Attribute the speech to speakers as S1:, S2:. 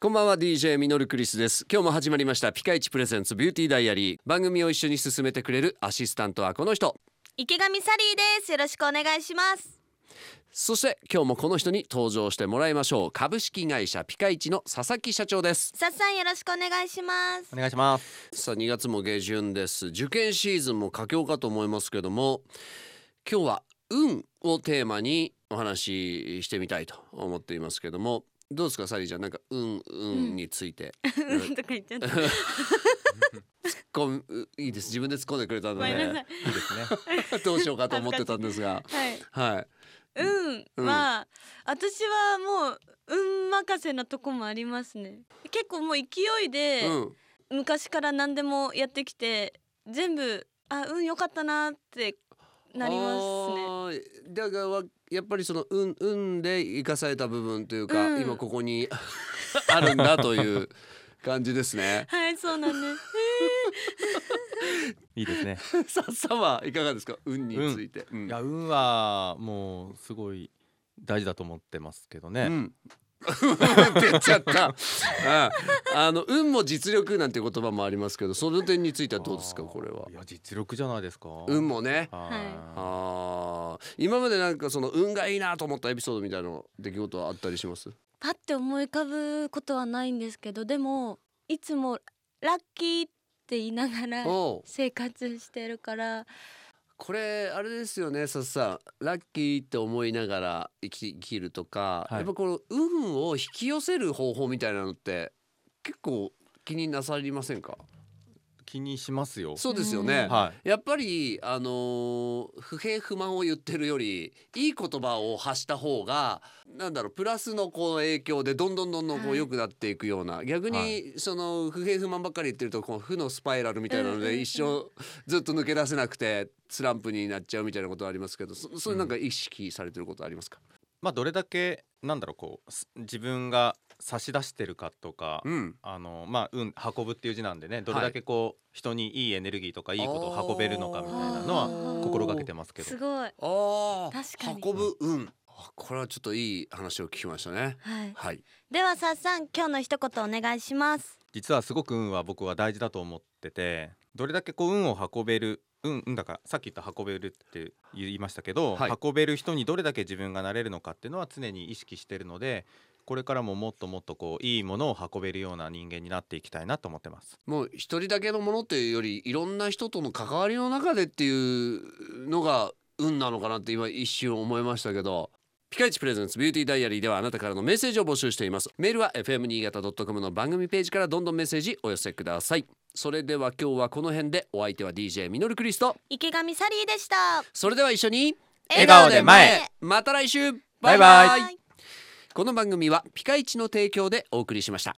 S1: こんばんは DJ ミノルクリスです今日も始まりましたピカイチプレゼンツビューティーダイアリー番組を一緒に進めてくれるアシスタントはこの人
S2: 池上サリーですよろしくお願いします
S1: そして今日もこの人に登場してもらいましょう株式会社ピカイチの佐々木社長です
S2: さっさんよろしくお願いします
S3: お願いします。
S1: さあ2月も下旬です受験シーズンも佳境かと思いますけども今日は運をテーマにお話ししてみたいと思っていますけどもどうですかサリーちゃんなんか運運について、
S2: うん とか言っちゃった
S1: こうういいです自分で突っ込んでくれたの
S2: ごめんなさ
S1: で
S2: い
S3: いいですね。
S1: どうしようかと思ってたんですが
S2: はい
S1: はい
S2: 運は、私はもう運任せなとこもありますね結構もう勢いで、
S1: うん、
S2: 昔から何でもやってきて全部あ運良かったなってなりますね
S1: ね。だからやっぱりその運運で生かされた部分というか、
S2: うん
S1: 今ここに あるんだという感じです ね。
S2: はいそうなんです
S3: いいですね。
S1: さっさんはいかがですか運について。うん
S3: いや運はもうすごい大事だと思ってますけど
S1: う
S3: ね。
S1: ん って言っちゃった。うんあの運も実力なんて言葉もありますけど、その点についてはどうですか
S3: あー。
S1: これはい
S3: や実力じゃないですか。
S1: 運もね。
S3: は
S1: あー今までなんかその運がいいなと思ったエピソードみたいな出来事はあったりします？
S2: パッて思い浮かぶことはないんですけどでもいつもラッキーって言いながら
S1: おう
S2: 生活してるから
S1: これあれですよねさっさんラッキーって思いながら生き生きるとか、
S3: はい
S1: やっぱこの運を引き寄せる方法みたいなのって結構気になさりませんか
S3: い。気にしますよ。
S1: そうですよね、
S3: は
S1: やっぱりあのー不平不満を言ってるよりいい言葉を発した方がなんだろうプラスのこう影響でどんどんどんどんこ
S2: は
S1: う
S2: い
S1: 良くなっていくような、逆
S3: は
S1: にその不平不満ばっかり言ってるとこう負のスパイラルみたいなの
S2: うんうんう
S1: で
S2: ん
S1: 一生ずっと抜け出せなくてスランプになっちゃうみたいなことはありますけどそそれなんか意識されてることありますか、
S3: まあどれだけなんだろうこうす自分が差し出してるかとか。
S1: うん、
S3: あのまあ運運ぶっていう字なんでねどれだけこう、人にいいエネルギーとかいいことを運べるのかみたいなの
S2: あ
S3: は
S2: ー
S3: 心がけてますけど
S2: すごい
S1: あ
S2: 確かに
S1: ー運ぶ運あこれはちょっといい話を聞きましたね
S2: はい。
S1: はい
S2: ではさっさん今日の一言お願いします。
S3: 実はすごく運は僕は大事だと思っててどれだけこう運を運べる運運だからさっき言った運べるって言いましたけど、
S1: はい
S3: 運べる人にどれだけ自分がなれるのかっていうのは常に意識してるのでこれからももっともっとこういいものを運べるような人間になっていきたいなと思ってます。
S1: もう一人だけのものっていうよりいろんな人との関わりの中でっていうのが運なのかなって今一瞬思いましたけど。ピカイチプレゼンツビューティーダイアリーではあなたからのメッセージを募集していますメールは fm 新潟 .com の番組ページからどんどんメッセージお寄せくださいそれでは今日はこの辺でお相手は DJ ミノルクリスト
S2: 池上サリーでした。
S1: それでは一緒に
S3: 笑顔で前
S1: また来週
S3: バイバイ
S1: この番組はピカイチの提供でお送りしました